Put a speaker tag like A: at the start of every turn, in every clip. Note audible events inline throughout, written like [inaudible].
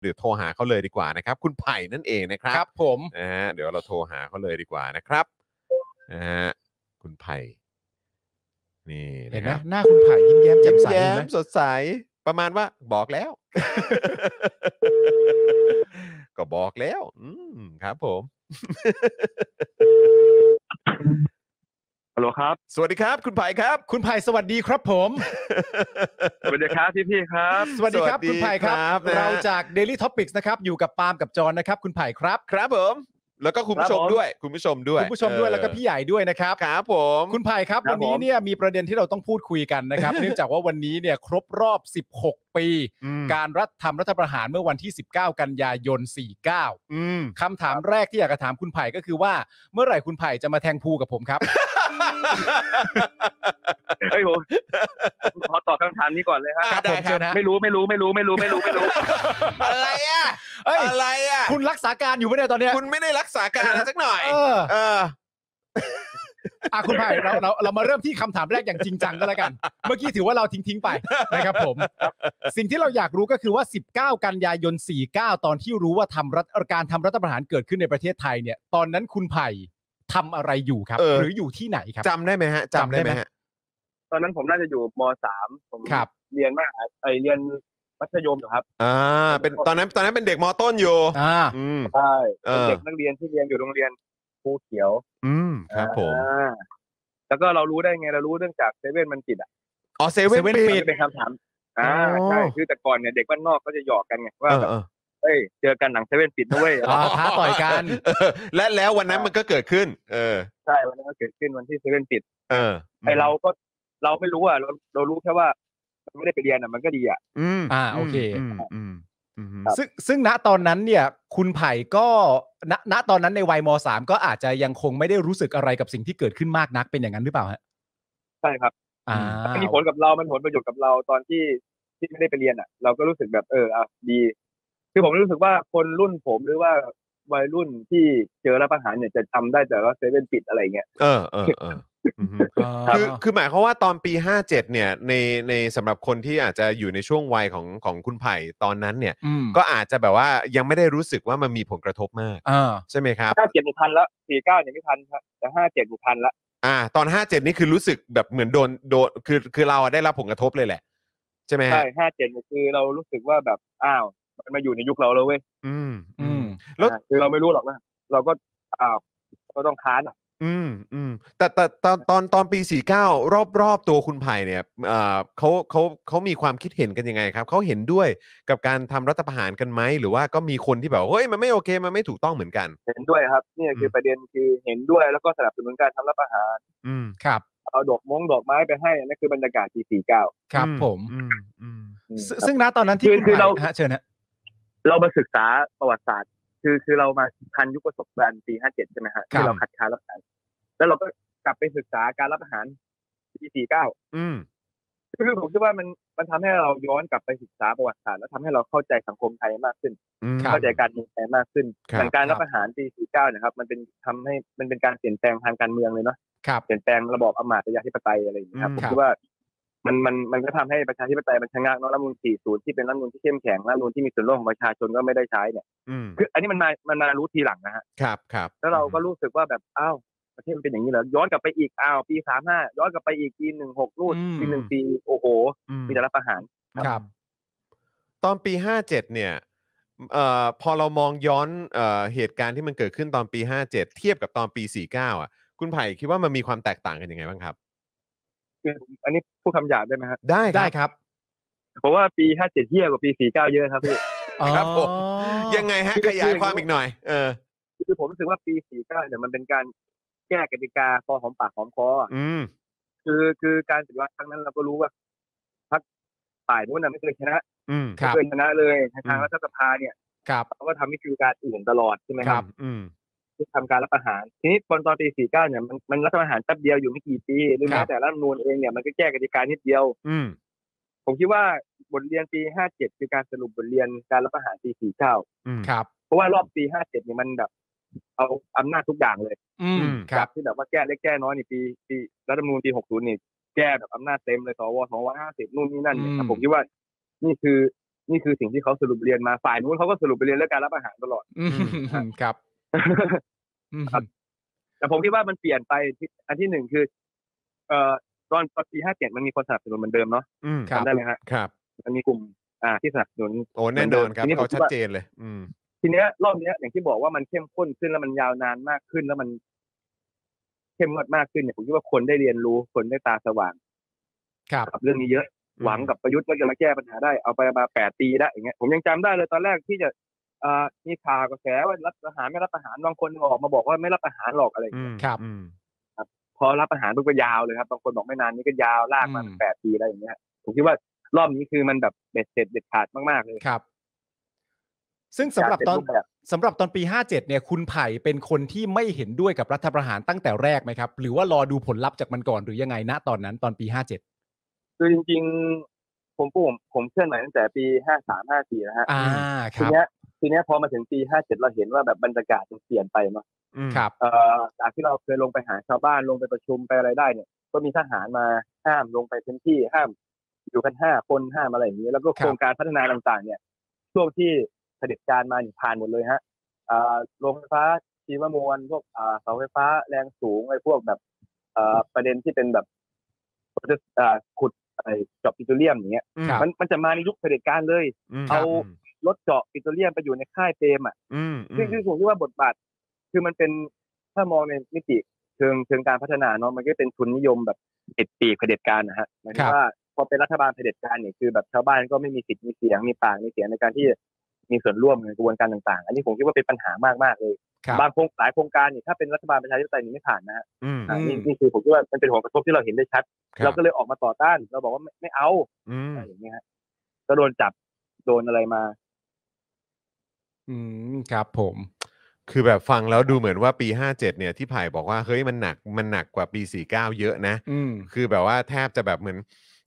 A: หรือโทรหาเขาเลยดีกว่านะครับ คุณไผ่นั่นเองนะครับ
B: ครับผม
A: นะฮะเดี๋ยวเราโทรหาเขาเลยดีกว่านะครับนะฮะคุณไผ่นี่
B: เห็น
A: นะครั
B: ไหม
A: บ
B: หน้าคุณผ่ายยิ้มแย้มแจ่มใส
A: แย้
B: เห็นไห
A: ม
B: ม
A: สดใสประมาณว่าบอกแล้ว [laughs] ก็บอกแล้ว อืมครับผม
C: ฮัลโหลครับ
A: สวัสดีครับ คุณไผ่ครับ
B: คุณผ่ายสวัสดีครับผม
C: สวัสดีครับพี่พี่ๆ
A: [laughs]
C: ครับ
B: สวัสดีครับ
A: สวัสดี
B: คุณผ่ายครับ
A: ครับนะฮะ
B: เราจาก Daily Topics นะครับ อยู่กับปาล์มกับจอนนะครับ คุณผ่ายครับ
A: ครับผม แล้วก็คุณผู้ชม
C: ครับผม
A: ด้วย คุณผู้ชมด้วย
B: คุณผู้ชมด้วย
A: เออ
B: แล้วก็พี่ใหญ่ด้วยนะครับ
A: ครับผม
B: คุณผ่ายครับ
C: ครั
B: วั
C: บ
B: น
C: ผม
B: นี้เนี่ยมีประเด็นที่เราต้องพูดคุยกันนะครับ เนื่องจากว่าวันนี้เนี่ยครบรอบ 16 ปี
A: อืม
B: การรัฐทำรัฐประหารเมื่อวันที่ 19 กันยายน 49
A: อืม
B: คำถามแรกที่อยากจะถามคุณไผ่ก็คือว่าเมื่อไหร่คุณไผ่จะมาแทงภูกับผมครับ
C: เฮ้ยผมผมขอตอบคำถามนี้ก่อนเลยครับ
A: อ่ะ
B: ผมเชิญนะ
C: ไม่รู้ไม่รู้ไม่รู้ไม่รู้ไม่รู้ไม่รู้
A: อะไรอ่ะ
B: เอ้ย
A: อะไรอ่ะ
B: คุณรักษาการอยู่ไหมเนี่ยตอนเนี้ย
A: คุณไม่ได้รักษาการอะไรสักหน่อย
B: เออ
A: เออ
B: อ่ะคุณไผ่เราเราเรามาเริ่มที่คำถามแรกอย่างจริงจังก็แล้วกัน เมื่อกี้ถือว่าเราทิ้งทิ้งๆไปนะครับผม สิ่งที่เราอยากรู้ก็คือว่า 19 กันยายน 49 ตอนที่รู้ว่าทำรัฐการทำรัฐประหารเกิดขึ้นในประเทศไทยเนี่ย ตอนนั้นคุณไผ่ทำอะไรอยู่ครับ
A: เออ
B: หรืออยู่ที่ไหนครับ
A: จำได้ไหมฮะจำได้ไหมฮะ
C: ตอนนั้นผมน่าจะอยู่มสามผม
B: ครับ
C: เรียนมหาไอเรียนมัธยมอยู่ครับ
A: อ่า เป็นตอนนั้นตอนนั้นเป็นเด็กมต้นอยู่
B: อ่า
A: อืม
C: ใช่
A: เออ
C: เป็นเด็กนักเรียนที่เรียนอยู่โรงเรียนภูเขียว
A: อืมครับผม
C: อ่าแล้วก็เรารู้ได้ไงเรารู้เรื่องจากเซเว่นมันปิดอ่ะ
A: อ๋อเซเว่น
B: เซเว่น
A: ปิ
C: มั
A: ด
C: นเป็นคำถามอ่า
A: อ๋อ
C: ใช่คือแต่ก่อนเนี่ยเด็กบ้านนอกเขาจะหยอกกันไง
A: เอ
C: ว่า
A: อเออ
C: เอ้ยเจอกันหนังเซเว่นปิดนะเว้ย
B: อ่าท้าต่อยกัน
A: เออและแล้ววันนั้นมันก็เกิดขึ้น เออ
C: ใช่วันนั้นก็เกิดขึ้นวันที่เซเว่นปิด
A: เออ
C: ไอเราก็เราไม่รู้อ่ะเราเรารู้แค่ว่ามันไม่ได้ไปเรียนอ่ะมันก็ดีอ่ะ
A: อืม
B: อ่าโอเค
A: มอืมอืมอืม
C: ครับ
B: ซึ่งซึ่งณตอนนั้นเนี่ย คุณไผ่ก็ณณตอนนั้นในวัยม .3 ก็อาจจะยังคงไม่ได้รู้สึกอะไรกับสิ่งที่เกิดขึ้นมากนักเป็นอย่างนั้นหรือเปล่าฮะ
C: ใช่ครับ
B: อ่า
C: มันมีผลกับเรา มันผลประโยชน์กับเราตอนที่ที่ไม่ได้ไปเรียนอ่ะ เราก็รู้สึกแบบเอออ่ะดี คือผมรู้สึกว่าคนรุ่นผมหรือว่าวัยรุ่นที่เจอรัฐประหารเนี่ยจะจำได้แต่ว่าเซเว่นปิดอะไรเงี้ย
A: เออเออเอออืม
C: ครับ
A: คือคือหมายความว่าตอนปี 57 เนี่ย ในในสำหรับคนที่อาจจะอยู่ในช่วงวัยของของคุณไผ่ตอนนั้นเนี่ย
B: อืม
A: ก็อาจจะแบบว่ายังไม่ได้รู้สึกว่ามันมีผลกระทบมาก
B: อ่า
A: ใช่ไหมครับ
C: ห้าเจ็ดพันละสี่เก้าเนี่ยไม่ทันครับแต่ห้าเจ็ดพันละ
A: อ่า ตอน 57 นี่คือรู้สึกแบบเหมือนโดนโดนคือคือเราอะได้รับผลกระทบเลยแหละ ใช่ไหมฮะ
C: ใช่ห้าเจ็ดคือเรารู้สึกว่าแบบอ้าวมันมาอยู่ในยุคเราแล้วเว้ย
A: อืมอื
B: อื
A: ม
B: ม
A: แล้ว
C: อ่าคือเราไม่รู้หรอกว่าเราก็อ้าวก็ต้องค้านอ่ะ
A: อืมอืมแต่แต่ตอนตอนตอนปีสี่เก้ารอบรอบตัวคุณไผ่เนี่ยเอ่อเขาเขาเขามีความคิดเห็นกันยังไงครับ เขาเห็นด้วยกับการทำรัฐประหารกันไหมหรือว่าก็มีคนที่แบบว่าเฮ้ยมันไม่โอเคมันไม่ถูกต้องเหมือนกัน
C: เห็นด้วยครับนี่คื
A: ม
C: อประเด็นคือเห็นด้วยแล้วก็สนับสนุนการทำรัฐประหาร
A: อืม
B: ครับ
C: เอาดอกมงดอกไม้ไปให้นั่นคือบรรยากาศปีสี่เก้า
B: ครับผม
A: อืมอืม
B: ซึ่งซึ่งณตอนนั้นที่
C: คือ
B: ณ
C: คือเรา
B: ฮะเชิญฮะ
C: เรามาศึกษาประวัติศาสตร์ คือคือเรามาทันยุคประสบการณ์ปีห้าเจ็ดใช่ไหมฮะที่เราคัดค้านรัฐประหารแล้วเราก็กลับไปศึกษาการรัฐประหารปีสี่เก้า
A: อืม
C: คือผมคิดว่ามันมันทำให้เราย้อนกลับไปศึกษาประวัติศาสตร์แล้วทำให้เราเข้าใจสังคมไทยมากขึ้น
A: อืม
C: เข้าใจการเมืองไทยมากขึ้น
A: ครับ
C: อย่างการรัฐประหารปีสี่เก้านะครับ มันเป็นทำให้มันเป็นการเปลี่ยนแปลงทางการเมืองเลยเนาะ
B: ครับ
C: เปลี่ยนแปลงระบอบอำมาตย์ประชาธิปไตยอะไรอย่างเงี้ยครับ
A: อืม
C: ผ
B: ค
C: ม
B: รับ
C: คิดว่ามันมันมันก็ทำให้ประชาธิปไตยมันชะงักเนาะรัฐธรรมนูล40 ที่เป็นรัฐธรรมนูลที่เข้มแข็งรัฐธรรมนูลที่มีส่วนร่วมของประชาชนก็ไม่ได้ใช้เนี่ย
A: อืม
C: คืออันนี้มันมามันมารู้ทีหลังนะฮะ
A: ครับครับ
C: แล้วเราก็รู้สึกว่าแบบอ้าวประเทศมันเป็นอย่างนี้เหรอย้อนกลับไปอีกอ้าวปี 35 ย้อนกลับไปอีกปี 16นู่น
B: อืม
C: ปี1ปีโอ้โห
A: อืม
C: มีแต่รัฐประหาร
B: ครับ
A: ตอนปี 57 เนี่ยเอ่อพอเรามองย้อนเอ่อเหตุการณ์ที่มันเกิดขึ้นตอนปี 57 เทียบกับตอนปี 49 อ่ะ คุณไผ่คิดว่ามันมีความแตกต่างกันยังไงบ้างครับ
C: คืออันนี้พูดคำหยาบได้ไหมครับ
A: ได้
B: ได้ครับ
C: เพราะว่าปี 57เทียบกว่าปี 49 เยอะครับพี่
A: ครับผม
B: อ๋อ
A: ยังไงฮะ
C: คือ
A: ขยาย
C: คือ
A: ความอีกหน่อย เออ
C: คือผมรู้สึกว่าปี 49เนี่ยมันเป็นการแก้กติกาพอหอมปากหอมคออะ
A: อืม
C: คือคือการปฏิวัติครั้งนั้นเราก็รู้ว่าพรรคฝ่ายนู้นนะไม่เคยชนะ
A: อืม
B: ครับ
C: ไม่เคยชนะเลยทาง
A: อืม
C: รัฐสภาเนี่ย
B: ครับ
C: เขาก็ทำวิธีการอื่นตลอดใช่ไหม
B: ค
C: ค
B: รั
C: รับ บ
A: อืม
C: ที่ทำการรัฐประหารทีนี้ตอนตอนปีสี่เก้าเนี่ยมันมันรัฐประหารแป๊บเดียวอยู่ไม่กี่ปีหรือ
B: ครั
C: แม้
B: บ
C: แต่รัฐธรรมนูญเองเนี่ยมันก็แก้กติกานิดเดียว
A: อืม
C: ผมคิดว่าบทเรียนปีห้าเจ็ดคือการสรุปบทเรียนการรัฐประหารปีสี่เก้า
A: อืม
B: ครับ
C: เพราะว่ารอบปีห้าเจ็ดเนี่ยมันแบบ เอาอำนาจทุกอย่างเลย
B: อืม
A: อืม
B: ครับ
C: ที่แบบว่าแก้เล็กแก้น้อยนี่ปีปีรัฐธรรมนูญปีหกศูนย์นี่แก้แบบอำนาจเต็มเลยสวสองร้อยห้าสิบนู่นนี่นั่นเนี่ย
B: อืม
C: ผมคิดว่า นี่คือ นี่คือสิ่งที่เขาสรุปเรียนมาฝ่ายนู้นเขาก็สรุปไปเรียนเรื่องการรับอาหารตลอ
B: [laughs]
C: ด
B: อืมครับอืม
C: แต่ผมคิดว่ามันเปลี่ยนไปที่อันที่หนึ่งคือ เอ่อตอนตอนปีห้าเจ็ดมันมีคนสนับสนุนเหมือนเดิมเนาะ
A: อืม
B: ครับ
C: จำได้ไหมฮะ
A: ครับ
C: มันมีกลุ่ม อ่าที่สนับสนุน
A: โอ้แน่นอนครับ
C: ทีนี้ผม
A: เขาชัดเจนเลย อืม
C: ทีเนี้ยรอบเนี้ยอย่างที่บอกว่ามันเข้มข้นขึ้นแล้วมันยาวนานมากขึ้นแล้วมัน เข้มงวดมากขึ้นเนี่ยผมคิดว่าคนได้เรียนรู้คนได้ตาสว่าง
B: ครับ
C: กับเรื่องนี้เยอะ หวังกับประยุทธ์ว่าจะมาแก้ปัญหาได้เอาไปมาแปดปีได้อย่างเงี้ยผมยังจำได้เลยตอนแรกที่จะอ่ามีข่าวกระแสว่ารับอาหารไม่รับอาหารบางคนออกมาบอกว่าไม่รับอาหารหรอกอะไรอย่างเงี้ย
A: อืม
B: ครับ
A: อืม
C: พอรับอาหารปุ๊บก็ยาวเลยครับบางคนบอกไม่นานนี้ก็ยาวลากมา
B: อืม
C: แปดปีอะไรอย่างเงี้ยผมคิดว่ารอบนี้คือมันแบบเบ็ดเสร็จเด็ดขาดมากๆเลย
B: ครับ ซึ่งสำหรับ
C: กา
B: ต
C: เต็
B: อน
C: มแบบ
B: สำหรับตอนปี 57 เนี่ย คุณไผ่เป็นคนที่ไม่เห็นด้วยกับรัฐประหารตั้งแต่แรกไหมครับ หรือว่ารอดูผลลัพธ์จากมันก่อนหรือยังไงณตอนนั้นตอนปี 57
C: คือจริงๆ ผมผมผมเคลื่อนไหวตั้งแต่ปีห้าสามห้าสี่นะฮะ
B: อ่าค
C: ที
B: รับ
C: เนี้ยทีเนี้ยพอมาถึงปีห้าเจ็ดเราเห็นว่าแบบบรรยากาศมันเปลี่ยนไปเนาะ
A: อืม
B: ครับ
C: เอ่อจากที่เราเคยลงไปหาชาวบ้านลงไปประชุมไปอะไรได้เนี่ย ก็มีทหารมาห้ามลงไปพื้นที่ห้าม อยู่กันห้าคนห้ามอะไรอย่างนี้ แล้ว
B: ค
C: ก็
B: รับ
C: โครงการพัฒนาต่างๆ เนี่ย ช่วงที่เผด็จการมาเนี่ยผ่านหมดเลยฮะอ่าโรงไฟฟ้าชีวมวลพวกอ่าเสาไฟฟ้าแรงสูงไอ้พวกแบบอ่าประเด็นที่เป็นแบบอ่าขุดไอ้เจอบปิโตรเลียมอย่างเงี้ย
A: อืม
B: ครับ
C: มันมันจะมาในยุคเผด็จการเลย
A: ม
C: เอา รถเจาะปิโตรเลียมไปอยู่ในค่ายเปรมอ่ะ
A: อืมอืม
C: ซึ่งซึ่งผมคิดว่าบทบาท คือมันเป็นถ้ามองในมิติเชิงเชิงการพัฒนาเนาะมันก็เป็นทุนนิยมแบบติดปีกเผด็จการนะฮะหมายถึ
B: ครั
C: ง
B: บ
C: ว่าพอเป็นรัฐบาลเผด็จการเนี่ยคือแบบชาวบ้านก็ไม่มีสิทธิ์มีเสียงมีปากมีเสียงในการที่มีส่วนร่วมในกระบวนการต่างๆ อันนี้ผมคิดว่าเป็นปัญหามากมากๆเลย
B: ครับ
C: บางโครงหลายโครงการเนี่ยถ้าเป็นรัฐบาลประชาธิปไตยนี่ไม่ผ่านนะฮะ
A: อืม
C: อ่า
B: อืม
C: นี่นี่คือผมคิดว่ามันเป็นผลกระทบที่เราเห็นได้ชัด
A: ครับ
C: เราก็เลยออกมาต่อต้าน เราบอกว่าไม่ไม่เอา
A: อืม
C: อะไรอย่างเงี้ยฮะก็โดนจับโดนอะไรมา
B: อืมครับ ผม
A: คือแบบฟังแล้วดูเหมือนว่าปี 57 เนี่ยที่ไผ่บอกว่าเฮ้ยมันหนักมันหนักกว่าปี 49 เยอะนะ
B: อืม
A: คือแบบว่าแทบจะแบบเหมือน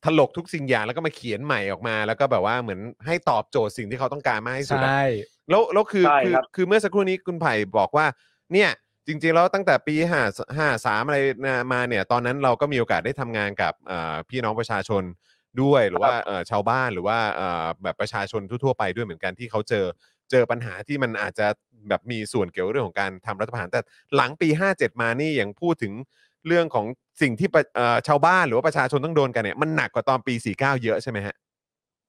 A: ถลกทุกสิ่งอย่างแล้วก็มาเขียนใหม่ออกมา แล้วก็แบบว่าเหมือนให้ตอบโจทย์สิ่งที่เขาต้องการมากที่สุดอะ
B: ใช่
A: แล้วแล้วคือ
C: ใช่
A: คือ
C: ครับ
A: คือเมื่อสักครู่นี้คุณไผ่บอกว่า เนี่ย จริงๆแล้วตั้งแต่ปี5 5 3อะไรนะมาเนี่ย ตอนนั้นเราก็มีโอกาสได้ทำงานกับเอ่อพี่น้องประชาชนด้วยหรือว่าเอ่อชาวบ้านหรือว่าเอ่อแบบประชาชนทั่วๆไปด้วยเหมือนกันที่เขาเจอเจอปัญหาที่มันอาจจะแบบมีส่วนเกี่ยวเรื่องของการทำรัฐประหารแต่หลังปี 57 มานี่อย่างพูดถึงเรื่องของสิ่งที่ประเอ่อชาวบ้านหรือว่าประชาชนต้องโดนกันเนี่ยมันหนักกว่าตอนปี 49 เยอะใช่ไหมฮะ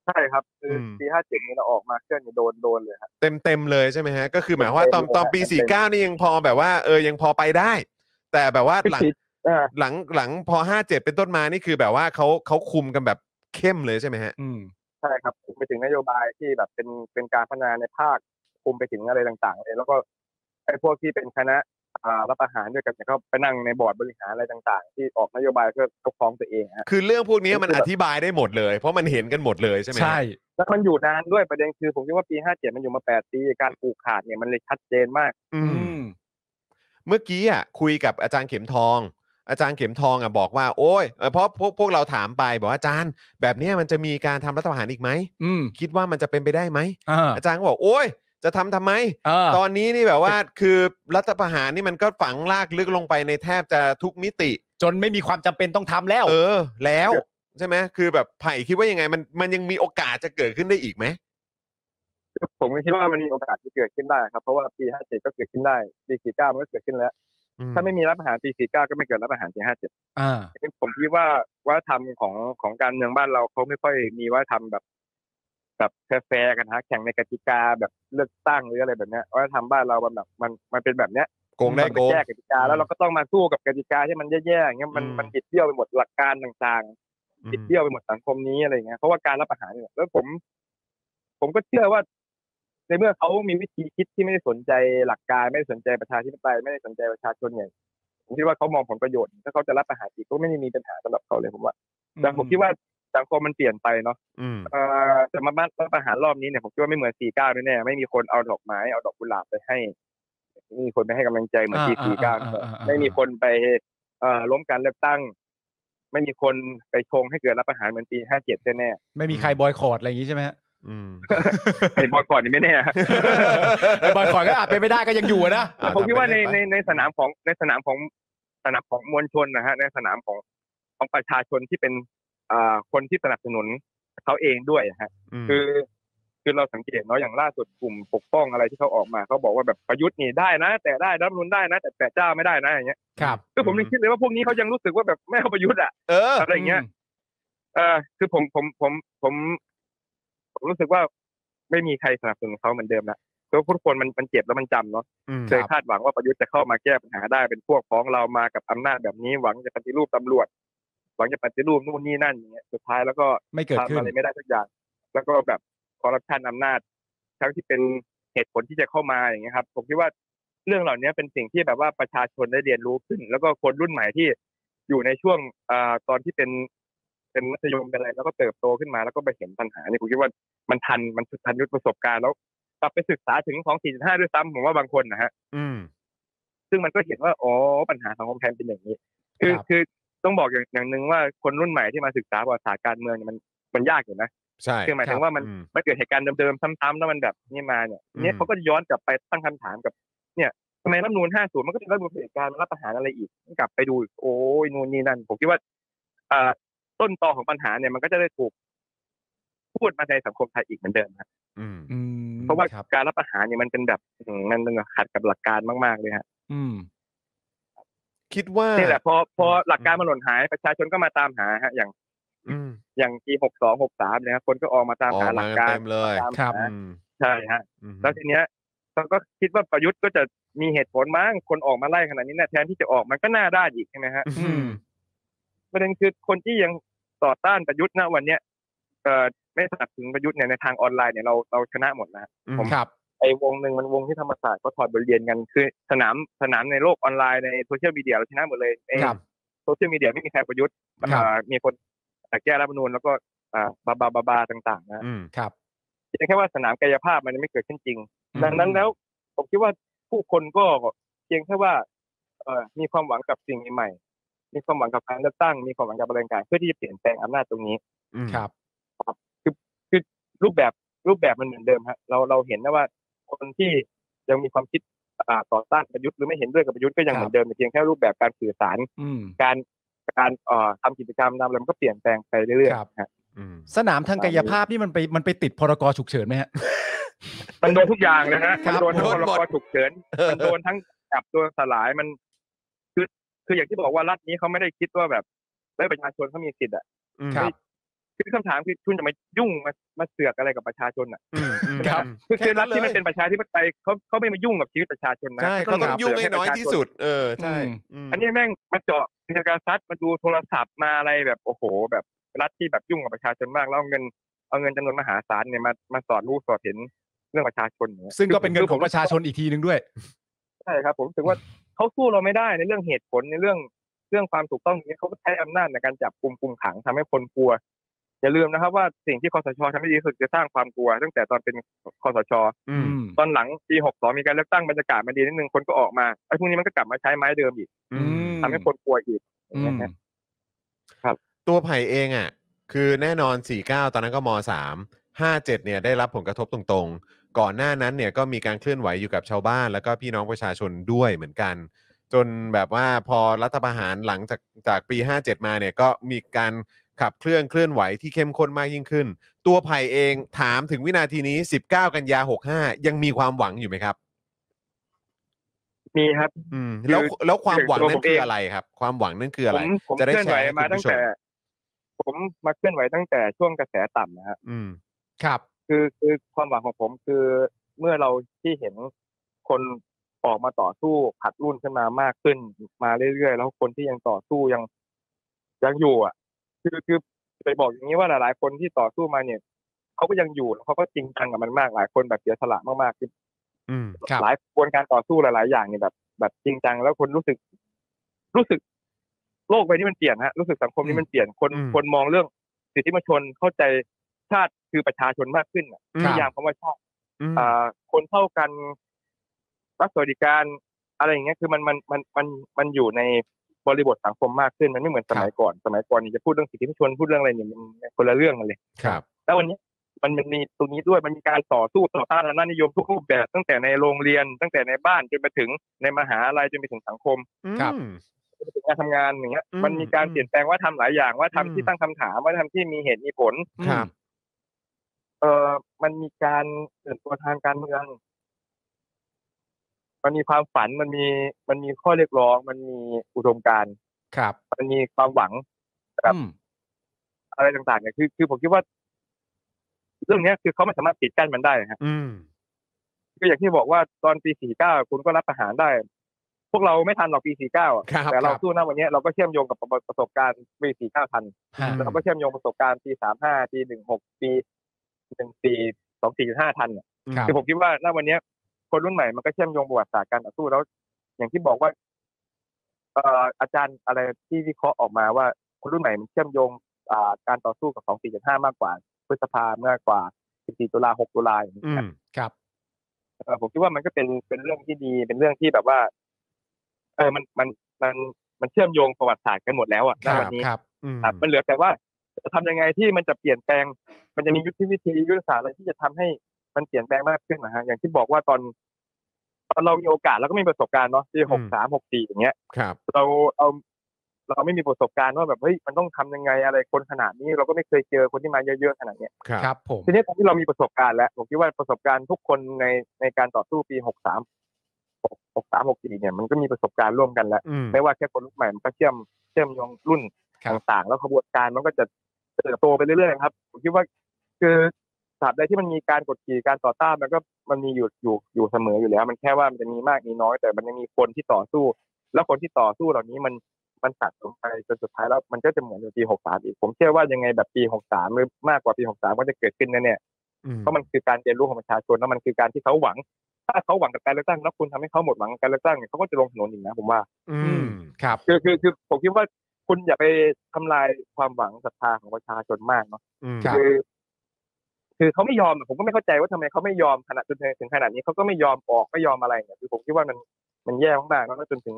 C: ใช่ครับคืออ
A: ม
C: ปีห้าเจ็ดนี้เราออกมาเคลื่อนเนี่ยโดนโดนเลยครับ
A: เต็มเต็มๆเลยใช่ไหมฮะก็คือหมายความว่าตอน
C: เต็มๆเลย
A: ตอนปี
C: ครับเต็ม
A: 49 นี่ยังพอแบบว่าเออยังพอไปได้ แต่แบบว่าหลัง
C: อ่า
A: หลังหลังพอ 57 เป็นต้นมานี่คือแบบว่าเขาเขาคุมกันแบบเข้มเลยใช่ไหมฮะ
B: อืม
C: ใช่ครับไปถึงนโยบายที่แบบเป็นเป็นการพัฒนาในภาคคุมไปถึงอะไรต่างๆเลยแล้วก็ไอ้พวกที่เป็นคณะอ่ารับอาหารด้วยกันเนี่ยก็ไปนั่งในบอร์ดบริหารอะไรต่าง ๆ ที่ออกนโยบายเพื่อปกครองตัวเองฮะ
A: คือเรื่องพวกนี้มันอธิบายได้หมดเลย เพราะมันเห็นกันหมดเลยใช่ไหมฮะ
B: ใช่
C: แล้วมันอยู่นานด้วยประเด็นคือผมคิดว่าปีห้าเจ็ดมันอยู่มาแปดปีการผูกขาดเนี่ยมันเลยชัดเจนมาก
A: อื
B: อื
A: ม
B: ม
A: เมื่อกี้อ่ะคุยกับอาจารย์เข็มทอง อาจารย์เข็มทองอ่ะบอกว่าโอ้ยเอ่อเพราะพวกพวกเราถามไปบอกว่าอาจารย์ แบบเนี้ยมันจะมีการทำรัฐประหารอีกไหม
B: อืม
A: คิดว่ามันจะเป็นไปได้ไหม
B: อ่า
A: อาจารย์ก็บอกโอ้ยจะทำทำไม
B: อ่า
A: ตอนนี้นี่แบบว่าคือรัฐประหารนี่มันก็ฝังลากลึกลงไปในแทบจะทุกมิติ
B: จนไม่มีความจำเป็นต้องทำแล้ว
A: เออ แล้วใช่ไหมคือแบบไผ่คิดว่ายังไงมันมันยังมีโอกาสจะเกิดขึ้นได้อีกไหม
C: ผมก็คิดว่ามันมีโอกาสที่เกิดขึ้นได้ครับเพราะว่าปีห้าเจ็ดก็เกิดขึ้นได้ปีสี่เก้ามันก็เกิดขึ้นแล้ว
A: อื
C: ถ้าไม่มีรับอาหารปีสี่เก้าก็ไม่เกิดรับอาหารปีห้าเจ็ด
B: อ่า
C: ผมคิดว่าวัฒนธรรมของของการเมืองบ้านเราเขาไม่ค่อยมีวัฒนธรรมแบบแบบแฟร์ๆกันฮะแข่งในกติกาแบบเลือกตั้งหรืออะไรแบบเนี้ยวัฒนธรรมบ้านเรามันแบบมันมันเป็นแบบเนี้ย
A: โกงได้
C: มัน
A: โก
C: ไป
A: ง
C: แก้กติกาแล้วเราก็ต้องมาสู้กับกติกาที่มันแย่ๆอย่างเงี้ยมัน
A: อืม
C: มันบิดเบี้ยวไปหมดหลักการต่าง
A: อื
C: ๆ
A: ม
C: บิดเบี้ยวไปหมดสังคมนี้อะไรเงี้ยเพราะว่าการรับประหารเนี่ยแล้วผม ผมก็เชื่อว่า ในเมื่อเขามีวิธีคิดที่ไม่ได้สนใจหลักการไม่ได้สนใจประชาธิปไตยไม่ได้สนใจประชาชนเนี่ยผมคิดว่าเขามองผลประโยชน์ถ้าเขาจะรับประหารอีกก็ไม่ได้มีปัญหาสำหรับเขาเลยผมว่า แต่ผมคิดว่าสังคมมันเปลี่ยนไปเนาะ
A: อืม
C: เอ่อแต่มาบ้านรัฐประหารรอบนี้เนี่ยผมคิดว่าไม่เหมือน 49 แน่ๆไม่มีคนเอาดอกไม้เอาดอกกุหลาบไปให้ไม่มีคนไปให้กำลังใจเหมือนปี
B: อ่า
C: 49
B: อ่าอ่าอ่าอ่า
C: ไม่มีคนไปเอ่อล้มการเลือกตั้ง ไม่มีคนไปชงให้เกิดรัฐประหารเหมือนปี 57 แน่
B: ไม่มีใครบอยคอรดอะไรอย่างงี้ใช่ไหมฮะ
A: อืม
C: ๆไอ้บอยก่อนนี่ไม่แน่ฮะ
B: ไอ้บอยคอรดก็อาจเป็นไม่ได้ก็ยังอยู่อะนะ
A: อ่ะ
C: ผมคิดว่าใน
A: ทำไป
C: ใน
A: ได้ไป
C: ในสนามของในสนามของสนามของมวลชนนะฮะในสนามของของประชาชนที่เป็นอ่าคนที่สนับสนุนเขาเองด้วยฮะ
A: ม
C: คือ คือเราสังเกตเนาะอย่างล่าสุดกลุ่มปกป้องอะไรที่เขาออกมาเขาบอกว่าแบบประยุทธ์นี่ได้นะ แต่ได้รัฐธรรมนุนได้นะ แต่แต่เจ้าไม่ได้นะอย่างเงี้ย
B: ครับ
C: คือผมยังคิดเลยว่าพวกนี้เขายังรู้สึกว่าแบบไม่เอาประยุทธ์อะ
A: เออ
C: อะไรอย่างเงี้ย เออคือผมผมผมผมผมรู้สึกว่าไม่มีใครสนับสนุนเขาเหมือนเดิมละเพราะทุกคนมันมันเจ็บแล้วมันจำเนาะ
A: อืม
C: เคยคาดหวังว่าประยุทธ์จะเข้ามาแก้ปัญหาได้เป็นพวกพ้องเรามากับอำนาจแบบนี้หวังจะปฏิรูปตำรวจ หวังจะปฏิรูปนู่นนี่นั่นอย่างเงี้ยสุดท้ายแล้วก็
B: ไม่เกิดขึ้
C: ทำ
B: น
C: อะไรไม่ได้สักอย่าง แล้วก็แบบคอร์รัปชันอำนาจ ทั้งที่เป็นเหตุผลที่จะเข้ามาอย่างเงี้ยครับ ผมคิดว่าเรื่องเหล่านี้เป็นสิ่งที่แบบว่าประชาชนได้เรียนรู้ขึ้น แล้วก็คนรุ่นใหม่ที่อยู่ในช่วงอ่าตอนที่เป็น เป็นมัธยมเป็นอะไรแล้วก็เติบโตขึ้นมาแล้วก็ไปเห็นปัญหาเนี่ยผมคิดว่ามันทันมันทันยุทธประสบการณ์แล้วกลับไปศึกษาถึงของ4.5ด้วยซ้ำผมว่าบางคนนะฮะ
A: อืม
C: ซึ่งมันก็เห็นว่าอ๋อปัญหาของกำแพงเป็นอย่างนี้ คือ
B: ครับ
C: คือต้องบอกอย่างอย่างหนึ่งว่าคนรุ่นใหม่ที่มาศึกษาประวัติศาสตร์การเมืองเนี่ยมันมันยากอยู่นะ
A: ใช่
C: คือหมายถึงว่ามัน
A: อืม
C: มันเกิดเหตุการณ์เดิมๆ ซ้ำๆแล้วมันแบบนี่มาเนี่ยเนี่
A: อืม
C: ยเขาก็ย้อนกลับไปตั้งคำถามกับ เนี่ยทำไมรัฐธรรมนูนห้าศูนย์มันก็เป็นรัฐธรรมนูนเผด็จการมันรับประหารอะไรอีก กลับไปดูอีกโอ้ยนู่นนี่นั่น ผมคิดว่าอ่าต้นตอของปัญหาเนี่ยมันก็จะได้ถูกพูดมาในสังคมไทยอีกเหมือนเดิมครับ
A: อืม
B: อืม
C: เพราะว่า
B: ครับ
C: การรับประหารเนี่ยมันเป็นแบบอืมมันมันขัดกับหลักการมากๆเลยฮะ
B: อืม
A: คิดว่า
C: นี่แหละพอพอหลักการมันหล่นหายประชาชนก็มาตามหาฮะ อย่าง
A: อืม
C: อย่างปีหกสองหกสามเนี่ยฮะคนก็ออกมาตาม
A: ออ
C: หาก ห
A: มา
C: ลัก
A: กัน
C: การ
A: เต็มเลย
C: ตาม
B: ครั
C: หา
B: บ
A: อืม
C: ใช่ฮะ
A: อืม
C: แล้วทีเนี้ยเราก็คิดว่าประยุทธ์ก็จะมีเหตุผลมั้งคนออกมาไล่ขนาดนี้นะแทนที่จะออกมันก็หน้าด้านอีกใช่ไหมฮะ
A: อื
B: อื
A: ม
B: ม
C: ประเด็นคือคนที่ยังต่อต้านประยุทธ์ณวันเนี้ยเอ่อไม่สนับสนุนประยุทธ์เนี่ยในทางออนไลน์เนี่ยเราเราชนะหมดแล้ว
A: อืม
C: ผม
B: ครับ
C: ไอ้วงหนึ่งมันวงที่ธรรมศาสตร์ก็ถอดบทเรียนกันคือสนามสนามในโลกออนไลน์ในโซเชียลมีเดียเราชนะหมดเลยไอ้
B: ครับ
C: โซเชียลมีเดียไม่มีใครประยุทธ์
B: ครับ
C: อ่ามีคนแก้รัฐธรรมนูญแล้วก็อ่าบาบาบาบาต่างๆนะฮะ
A: อืม
B: ครับ
C: เพียงแค่ว่าสนามกายภาพมันยังไม่เกิดขึ้นจริง
A: อืม
C: ดังนั้นแล้วผมคิดว่าผู้คนก็เพียงแค่ว่าเออมีความหวังกับสิ่งใหม่ๆมีความหวังกับการเลือกตั้ง มีความหวังกับอะไรต่างๆเพื่อที่จะเปลี่ยนแปลงอำนาจตรงนี้
A: อืม
B: ครับ
C: รูปแบบรูปแบบมันเหมือนเดิมฮะเราเราเห็นนะว่าคนที่ยังมีความคิดอ่าต่อต้านประยุทธ์หรือไม่เห็นด้วยกับประยุทธ์ก็ยัง
B: ครับ
C: เหมือนเดิมแต่เพียงแค่รูปแบบการสื่อสาร
B: อืม
C: การการเอ่อทำกิจกรรมทำอะไรมันก็เปลี่ยนแปลงไปเรื่อย
B: ครับ
C: ๆฮะ
A: อืม
B: สนามทางกายภาพนี่มันไปมันไปติดพรกฉุกเฉินไหมฮะ
C: มันโดนทุกอย่างเลยฮะ
B: ครั
C: มั
B: บ
C: นโดนทั้งพ
A: โดน
C: ร
A: หมด
C: กฉุกเฉิน มันโดนทั้งจับโดนสลายมันคือคืออย่างที่บอกว่ารัฐนี้เขาไม่ได้คิดว่าแบบเฮ้ยประชาชนเขามีสิทธิ์อ่ะ
A: อืม
B: ครับ
C: คือคำถามคือคุณจะมายุ่งมามาเสือกอะไรกับประชาชนอ่ะ
A: อืมอืม
B: ครับ
C: คือ
A: แค่
C: คือรัฐที่
A: ล
C: มันเป็นประชาธิปไตยเขาเขาไม่มายุ่งกับชีวิตประชาชนนะ
A: ใช่เขาต้องยุ่งให้น้อย
C: เสืก
A: ที่
C: ประชาช
A: สุด เออ ใช่
B: อืม
A: ม
C: อันนี้แม่งมาเจาะกิจการซัดมาดูโทรศัพท์มาอะไรแบบโอ้โห แบบรัฐที่แบบยุ่งกับประชาชนมากแล้วเอาเงินเอาเงินจำนวนมหาศาลเนี่ยมามาสอดรู้สอดเห็นเรื่องประชาชนเนี่ย
B: ซึ่งก็เป็นเงินของประชาชนอีกทีนึงด้วย
C: ใช่ครับผมรู้สึกว่าเขาสู้เราไม่ได้ในเรื่องเหตุผลในเรื่องเรื่องความถูกต้องอย่างนี้เขาก็ใช้อำนาจในการจับกลุ่มคุมขังทำให้คนกลัว อย่าลืมนะครับว่าสิ่งที่คอสชทำได้ดีที่สุดคือสร้างความกลัว ตั้งแต่ตอนเป็นคอสช
A: อื
B: อื
A: ม
B: ม
C: ตอนหลังปี 62 มีการเลือกตั้งบรรยากาศมันดีนิดนึงคนก็ออกมาไอ้พวกนี้มันก็กลับมาใช้ไม้เดิมอีก
A: อืม
B: ม
C: ทำให้คนกลัวอีก
B: อืม
A: ตัวไผ่เองอ่ะคือแน่นอน 49 ตอนนั้นก็ม 3 57 เนี่ยได้รับผลกระทบตรงๆ ก่อนหน้านั้นเนี่ยก็มีการเคลื่อนไหวอยู่กับชาวบ้าน แล้วก็พี่น้องประชาชนด้วยเหมือนกัน จนแบบว่าพอรัฐประหารหลังจากจากปี 57 มาเนี่ยก็มีการขับเคลื่อนเคลื่อนไหวที่เข้มข้นมากยิ่งขึ้น ตัวไผ่เองถามถึงวินาทีนี้ 19 กันยา 65 ยังมีความหวังอยู่ไหมครับ
C: มีครับ
A: อืมแล้ว
C: คือ
A: แล้วความหวัง
C: ตัวผม
A: นั่นคือ
C: เอง
A: อะไรครับ ความหวังนั่นคืออะ
C: ผ
A: ไร
C: มผม
A: จะได้
C: เคลื่อน
A: แช
C: ไหว
A: ร์ให้
C: มา
A: คุณ
C: ตั้ง
A: ผู้ช
C: แต่
A: ม
C: ผมมาเคลื่อนไหวตั้งแต่ช่วงกระแสต่ำนะฮะ
A: อืม
B: ครับ
C: คือคือความหวังของผมคือเมื่อเราที่เห็นคนออกมาต่อสู้ผลัดรุ่นขึ้นมามากขึ้นมาเรื่อยๆแล้วคนที่ยังต่อสู้ยังยังอยู่อ่ะ คือคือไปบอกอย่างนี้ว่าหลายๆ คนที่ต่อสู้มาเนี่ยเขาก็ยังอยู่แล้วเขาก็จริงจังกับมันมากหลายคนแบบเสียสละมากๆคือ
A: อืม
B: ครับ
C: หลายกระบวนการต่อสู้หลาย ๆ อย่างเนี่ยแบบ แบบจริงจังแล้วคนรู้สึก รู้สึกโลกใบนี้มันเปลี่ยนฮะรู้สึกสังคมนี้มันเปลี่ยนคน
A: อืม
C: คนมองเรื่องสิทธิมนุษยชนเข้าใจชาติคือประชาชนมากขึ้นอะ
B: ครั
C: นิ
B: บ
C: ยามคำว่าชาติ
A: อืม
C: อ่าคนเท่ากันรัฐสวัสดิการอะไรอย่างเงี้ย คือมันมันมันมันมันอยู่ในบริบทสังคมมากขึ้น มันไม่เหมือนสมัยก่อน สมัยก่อนนี่จะพูดเรื่องสิทธิมนุษยชนพูดเรื่องอะไรเนี่ยมันมันคนละเรื่องกันเลย
A: ครับ
C: แล้ววันนี้มันมันมีตรงนี้ด้วย มันมีการต่อสู้ต่อต้านอำนาจนิยมทุกรูปแบบ ตั้งแต่ในโรงเรียน ตั้งแต่ในบ้านจนไปถึงในมหาลัยจนไปถึงสังคม
B: ครับ
A: อืม
C: ไปถึงการทำงานอย่างเงี้ย
A: อืม
C: มันมีการเปลี่ยนแปลงว่าทำหลายอย่าง ว่าทำ
A: อืม
C: ที่ตั้งคำถามว่าทำที่มีเหตุมีผล
A: ครับ
C: ต เออมันมีการเติบโตทางการเมือง มันมีความฝันมันมีมันมีข้อเรียกร้อง มันมีอุดมการณ์
B: ครับ
C: มันมีความหวัง ครับ
B: อืม
C: อะไรต่างๆเนี่ยคือคือผมคิดว่า เรื่องเนี้ยคือเขาไม่สามารถปิดกั้นมันได้นะฮะ
A: อืม
C: ก็อย่างที่บอกว่าตอนปี 49 คุณก็รับประหารได้ พวกเราไม่ทันหรอกปี 49อะ
A: ครับ
C: แต่เรา
A: ครับ
C: สู้หน้าวันเนี้ยเราก็เชื่อมโยงกับประประสบการณ์ปี 49 ทัน
B: ฮะ
C: เราก็เชื่อมโยงประสบการณ์ปี 35 ปี 16 ปี 14 24.5 ทันอะ
A: ครับ
C: คือผมคิดว่าหน้าวันเนี้ย คนรุ่นใหม่มันก็เชื่อมโยงประวัติศาสตร์การต่อสู้แล้ว อย่างที่บอกว่าเอ่ออาจารย์อะไรที่วิเคราะห์ออกมาว่าคนรุ่นใหม่มันเชื่อมโยงอ่าการต่อสู้กับ 24.5 มากกว่า พฤษภามากกว่า 14 ตุลา 6 ตุลาอย่างนี้ย
A: อืม
B: ครับ
C: เออผมคิดว่ามันก็เป็นเป็นเรื่องที่ดี เป็นเรื่องที่แบบว่า เออมันมันมันมันเชื่อมโยงประวัติศาสตร์กันหมดแล้วอะ
B: ค
C: ณ
B: รับ
C: วันนี้
B: ครับ
A: อืม
C: ครับมันเหลือแต่ว่าจะทำยังไงที่มันจะเปลี่ยนแปลง มันจะมียุทธวิธียุทธศาสตร์อะไรที่จะทำให้มันเปลี่ยนแปลงมากขึ้นนะฮะอย่างที่บอกว่าตอน ตอนเรามีโอกาสเราก็ไม่มีประสบการณ์เนาะที่
A: อืม
C: หกสามหกสี่อย่างเงี้ย
A: ครับ
C: เราเอาเราไม่มีประสบการณ์ว่าแบบเฮ้ยมันต้องทำยังไงอะไรคนขนาดนี้ เราก็ไม่เคยเจอคนที่มาเยอะๆขนาดเนี้ย
A: ครับ
B: ครับผม
C: ทีนี้ตอนที่เรามีประสบการณ์แล้วผมคิดว่าประสบการณ์ทุกคนในในการต่อสู้ปี 63 63 64 เนี่ยมันก็มีประสบการณ์ร่วมกันแล้ว
A: อืม
C: ไม่ว่าแค่คนรุ่นใหม่มันก็เชื่อมเชื่อมโยงรุ่นต่างๆ แล้วขบวนการมันก็จะเติบโตไปเรื่อยๆครับผมคิดว่าคือตราบใดที่มันมีการกดขี่การต่อต้านมันก็มันมีอยู่อยู่อยู่เสมออยู่แล้ว มันแค่ว่ามันจะมีมากมีน้อย แต่มันยังมีคนที่ต่อสู้ แล้วคนที่ต่อสู้เหล่านี้มันมันสะสมไปจนสุดท้ายแล้วมันก็จะเหมือนกับปี 63 อีกผมเชื่อว่ายังไงแบบปี 63 หรือมากกว่าปี 63 ก็จะเกิดขึ้นแน่ๆ
A: อืม
C: เพราะมันคือการเรียนรู้ของประชาชนแล้วมันคือการที่เขาหวัง ถ้าเขาหวังกับการเลือกตั้งแล้วคุณทำให้เขาหมดหวังกับการเลือกตั้งเนี่ยเขาก็จะลงถนนอีกนะผมว่า
A: อื
B: อืม
A: ม
B: ครับ
C: คือคือคือผมคิดว่าคุณอย่าไปทำลายความหวังศรัทธาของประชาชนมากเนาะ
A: อืม
C: คือคือเขาไม่ยอมอะผมก็ไม่เข้าใจว่าทำไมเขาไม่ยอมขนาดจนถึงขนาดนี้เขาก็ไม่ยอมออกไม่ยอมอะไรเนี่ยคือผมคิดว่ามันมันแย่มากๆเนอะแล้วจนถึง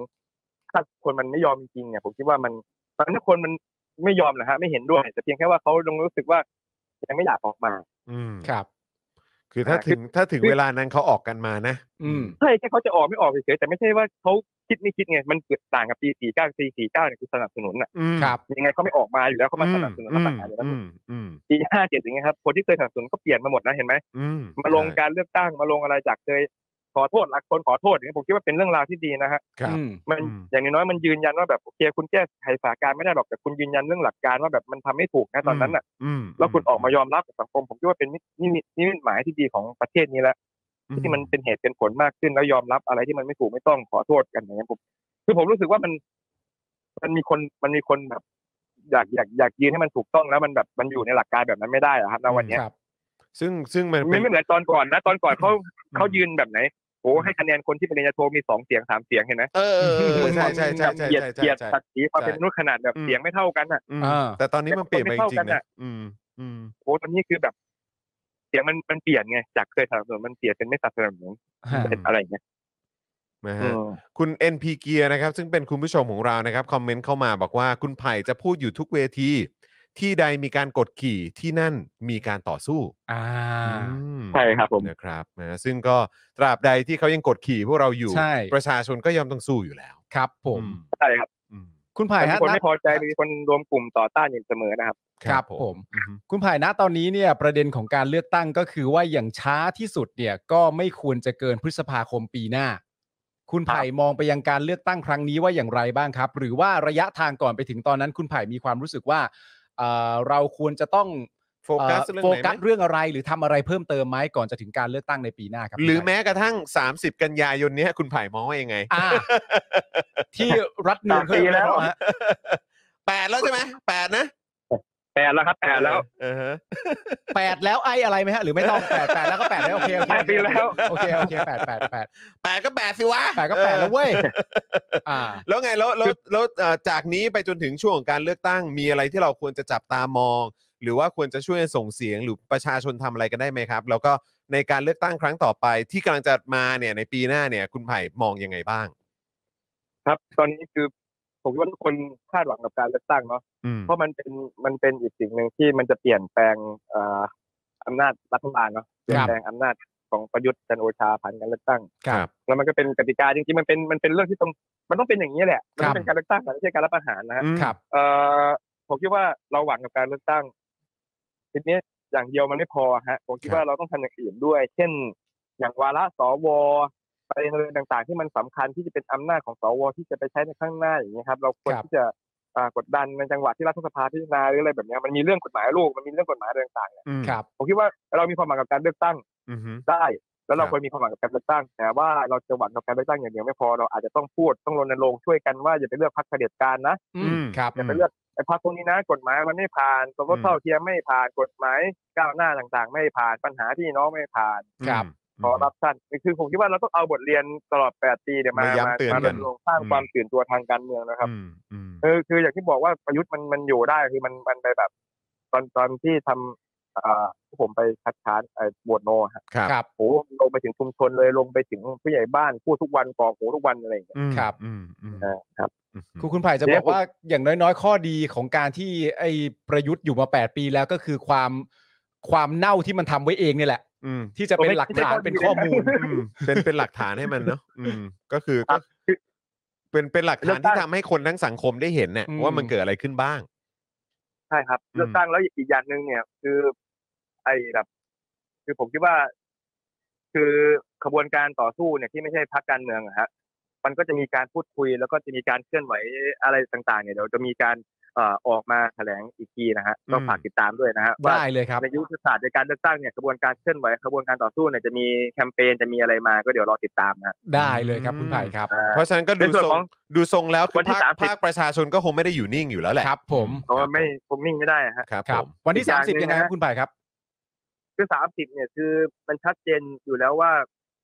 C: ถ้าคนมันไม่ยอมจริงๆเนี่ย ผมคิดว่ามันตอนนี้คนมันไม่ยอมนะฮะไม่เห็นด้วยแต่เพียงแค่ว่าเขายังรู้สึกว่ายังไม่อยากออกมา
A: อืม
B: ครับ
A: คือถ้าถึงถ้าถึง
C: คือ
A: เวลานั้นเขาออกกันมานะ
B: อืม
C: ใช่แค่เขาจะออกไม่ออกเฉยๆแต่ไม่ใช่ว่าเขาคิดไม่คิดไงมันเกิดต่างกับปี 49 ปี 49 เนี่ยคือสนับสนุนอ่ะ
A: อืม
B: ครับ
C: ยังไงเขาไม่ออกมาอยู่แล้วเขามา
A: อื
C: ส
A: ม
C: นับสนุน
A: อื
C: รัฐ
A: ม
C: ประหารอยู่แล้ว
A: อืมอืม
C: ปี 57 อย่างเงี้ยครับคนที่เคยสนับสนุนก็เปลี่ยนมาหมดนะเห็นไหม
A: อืม
C: มาลงการเลือกตั้งมาลงอะไรจากเคยขอโทษรักคนขอโทษอย่างเงี้ยผมคิดว่าเป็นเรื่องราวที่ดีนะฮะ
A: ครับ
B: อืม
C: มัน
A: อืม
C: อย่างน้อยๆมันยืนยันว่าแบบโอเคคุณแก้ไขสถานการณ์ไม่ได้หรอกแต่คุณยืนยันเรื่องหลักการว่าแบบมันทำไม่ถูกนะตอนนั้นอ่ะ
A: อืม
C: แล้วคุณออกมายอมรับกับสังคม ผมคิดว่าเป็นนิมิตนิมิตหมายที่ดีของประเทศนี้แล้ว ที่มันเป็นเหตุเป็นผลมากขึ้นแล้วยอมรับอะไรที่มันไม่ถูกไม่ต้องขอโทษกันอย่างนี้ยผมคือผมรู้สึกว่ามัน มันมีคนมันมีคนแบบ อยากอยากอยากยืนให้มันถูกต้องแล้วมันแบบมันอยู่ในหลักการแบบนั้นไม่ได้อะครับณวันเนี้ย
B: ครับ
A: ซึ่งซึ่งมันเป็
C: ไม่
A: น
C: ไม่เหมือนตอนก่อนนะตอนก่อนเขาเขายื
A: น
C: นแบบไหนโอ้ให้คะแนนคนที่ปริญญาโทมีสองเสียงสามเสียงเห็นไหม
A: เออเออเออใช่ใช่ใช่ใช่
C: เหยียด
A: ใช่
C: เหยียด
A: ใช่
C: ศักดิ์ศรีความ
A: ใช่
C: เป็นมนุษย์ขนาดแบบเสียงไม่เท่ากันอ่ะ
A: อืม
B: อ่า
A: แต่ตอนนี้มันเปลี่ยนไปจริงๆนะอืมอืม
C: โอ้ตอนนี้คือแบบ เสียงมันมันเปลี่ยนไงจากเคยสนับสนุนมันเปลี่ยนเป็นไม่สนับสนุน
B: ฮะ
C: เป็นอะไรอย่างเงี้ย
A: นะ
C: อื
A: ฮะ
C: ม
A: คุณ NP เกียร์นะครับซึ่งเป็นคุณผู้ชมของเรานะครับคอมเมนต์เข้ามาบอกว่าคุณไผ่จะพูดอยู่ทุกเวที ที่ใดมีการกดขี่ที่นั่นมีการต่อสู้
B: อ่า
A: อืม
C: ใช่ครับผม
A: นะครับนะซึ่งก็ตราบใดที่เขายังกดขี่พวกเราอยู่
B: ใช่
A: ประชาชนก็ยอมต้องสู้อยู่แล้ว
B: ครับผม
A: อื
C: ใช่ครับ
A: อืม
B: คุณไผ่
C: มี
B: ฮะ
C: คน
B: ณ
C: ไม่พอใจมีคนรวมกลุ่มต่อต้านอยู่เสมอนะครับ
B: ครับผม
A: อืม
B: คุณไผ่นะตอนนี้เนี่ยประเด็นของการเลือกตั้งก็คือว่าอย่างช้าที่สุดเนี่ยก็ไม่ควรจะเกินพฤษภาคมปีหน้า คุณไผ่มองไปยังการเลือกตั้งครั้งนี้ว่าอย่างไรบ้างครับ หรือว่าระยะทางก่อนไปถึงตอนนั้น คุณไผ่มีความรู้สึกว่าเอ่อเราควรจะต้อง
A: โฟกัส
B: เอ่อ
A: เรื่
B: โฟ
A: องไหนไหม
B: กัสเรื่องอะไรหรือทำอะไรเพิ่มเติมไหมก่อนจะถึงการเลือกตั้งในปีหน้าครับ
A: หรือ
B: คุณไผ่
A: แม้กระทั่ง 30 กันยายนเนี้ยคุณไผ่มองว่า
B: [laughs]
A: ยังไง
B: อ่าที่รัฐนูนเขา
C: สามปีแล้ว
B: ฮะ
A: แปดแล้วใช่ไหมแปดนะ
C: แปดแล้วครับแปดแล้ว
A: เออฮะ
B: แปดแล้วไอ้อะไรไหมฮะหรือไม่ต้องแปดแปดแล้วก็แปดแล้วโอเคโอเค
C: แปดปีแล้ว
B: โอเคโอเคแปดแปดแปด
A: แปดก็แปดสิวะ
B: แปดก็แปดแล้วเว้ยอ่า
A: แล้วไงแล้วแล้วแล้วเอ่อจากนี้ไปจนถึงช่วงของการเลือกตั้งมีอะไรที่เราควรจะจับตามอง หรือว่าควรจะช่วยส่งเสียงหรือประชาชนทำอะไรกันได้ไหมครับ แล้วก็ในการเลือกตั้งครั้งต่อไปที่กำลังจะมาเนี่ยในปีหน้าเนี่ยคุณไผ่มองยังไงบ้าง
C: ครับ ตอนนี้คือผมคิดว่าทุกคนคาดหวังกับการเลือกตั้งเนาะ
A: อืม
C: เพราะมันเป็นมันเป็นอีกสิ่งหนึ่งที่มันจะเปลี่ยนแปลงเอ่ออำนาจรัฐบาลเนาะเปลี่ยนแปลงอำนาจของประยุทธ์จันทร์โอชาผ่านการเลือกตั้ง
A: ครับ
C: แล้วมันก็เป็นกติกาจริงๆมันเป็นมันเป็นเรื่องที่ต้องมันต้องเป็นอย่างนี้แหละมัน
B: ครั
C: ต้อบ งเป็นการเลือกตั้งแต่ไม่ใช่การรับประหารนะฮะ
A: อืม
B: ครับ
C: เอ่อผมคิดว่าเราหวังกับการเลือกตั้งทีนี้ อย่างเดียวมันไม่พอฮะผมคิดว่าเราต้องทำอย่างอื่นด้วย เช่น อย่างวาระสวประเด็นอะไรต่างๆ ที่มันสำคัญที่จะเป็นอำนาจของสวที่จะไปใช้ในข้างหน้าอย่างนี้ยครับ เราควร
B: ครับ
C: ที่จะอ่ากดดันในจังหวะที่รัฐสภาพิจารณาหรืออะไรแบบเนี้ยมันมีเรื่องกฎหมายลูกมันมีเรื่องกฎหมายอะไรต่างๆเนี่ย
A: อืม
B: ครับ
C: ผมคิดว่าเรามีความหวังกับการเลือกตั้ง
A: อือฮึ
C: ได้แล้วเรา
A: ครับ
C: ควรมีความหวังกับการเลือกตั้งแต่ว่าเราจะหวังกับการเลือกตั้งอย่างเดียวไม่พอเราอาจจะต้องพูดต้องรณรงค์ช่วยกันว่าอย่าไปเลือกพรรคเผด็จการนะ
B: อืมครับ
C: อย่าไปเลือกไอ้พรรคพวกนี้นะ กฎหมายมันไม่ผ่านสมรสเท่าเทียมไม่ผ่านกฎหมายก้าวหน้าต่างๆ ไม่ผ่านปัญหาพี่น้องไม่ผ่าน
A: อืม
B: ครับ
C: คอร์รัปชันคือผมคิดว่าเราต้องเอาบทเรียนตลอด 8 ปีเนี่ยมา
A: มาย้ำ
C: มา
A: เตือน
C: มา
A: กั
C: ร
A: น
C: ณรงค์สร้าง
A: อืม
C: ความตื่นตัวทางการเมืองนะครับ
A: อืมอืม
C: คือคืออย่างที่บอกว่าประยุทธ์มันมันอยู่ได้คือมันมันไปแบบ ตอนตอนที่ทำอ่าผมไปคัดค้านไอ้บวชโนฮะ
A: ครับ
B: ครับ
C: โอ้โหลงไปถึงชุมชนเลยลงไปถึงผู้ใหญ่บ้านพูดทุกวันกรอกหูทุกวันอะไรอย่างเงี้ย
A: อืม
B: ครับ
A: อืมอืม
C: เออครับ
A: อืม
B: คุณคุณไผ่จะ
C: เดี๋
B: บอ
C: ยว
B: กว่าอย่างน้อยๆ ข้อดีของการที่ไอ้ประยุทธ์อยู่มา 8 ปีแล้วก็คือความความเน่าที่มันทำไว้เองเนี่ยแหละ
A: อืม
B: ที่จะเป็นหลักฐาน
C: ไม่
B: เป็น
C: ใช่
B: ข้อ
C: ข้อดี
B: มูล
A: อืมเป็นเป็นหลักฐานให้มันเนาะอืมก็คือ
C: ค
A: ก็
C: รับคือ
A: เป็นเป็นหลัก
C: เลื
A: ฐาน
C: อกตั้
A: ที่
C: ง
A: ทำให้คนทั้งสังคมได้เห็นเนี่ย
B: อืม
A: ว่ามันเกิดอะไรขึ้นบ้าง
C: ใช่ครับ เลือกตั้งแล้วอีกอย่างหนึ่งเนี่ย คือ ไอ้แบบ คือผมคิดว่า คือขบวนการต่อสู้เนี่ยที่ไม่ใช่พรรคการเมืองอะฮะมันก็จะมีการพูดคุย แล้วก็จะมีการเคลื่อนไหวอะไรต่าง ๆ เนี่ยเดี๋ยวจะมีการเอ่อออกมาแถลงอีกทีนะฮะก็
A: อืม
C: ฝากติดตามด้วยนะฮะว่า
B: ได้เลยครับ
C: ในยุทธศาสตร์ในการเลือกตั้งเนี่ยกระบวนการเคลื่อนไหวกระบวนการต่อสู้เนี่ยจะมีแคมเปญจะมีอะไรมาก็เดี๋ยวรอติดตามนะฮะ
B: ได้เลยครับคุณไผ่ครับ
C: อ่า
A: เพราะฉะนั้นก็ดู
C: ในส่วน
A: ทรง
C: ของ
A: ดูทรงแล้วคื
C: วั
A: อน
C: ที่
A: ภาค
C: 30
A: ภาคประชาชนก็คงไม่ได้อยู่นิ่งอยู่แล้วแหละ
B: ครับผม
C: เพราะว่าไม่ผมนิ่งไม่ได้ฮะ
A: ครับ
B: ครับ
A: ผม
B: วันที่
C: อีกอย่างหนึ่
B: 30
C: ง
B: ยังไงครับ
C: นะ
B: คุณไผ่ครับ
C: คือสามสิบเนี่ยคือมันชัดเจนอยู่แล้วว่า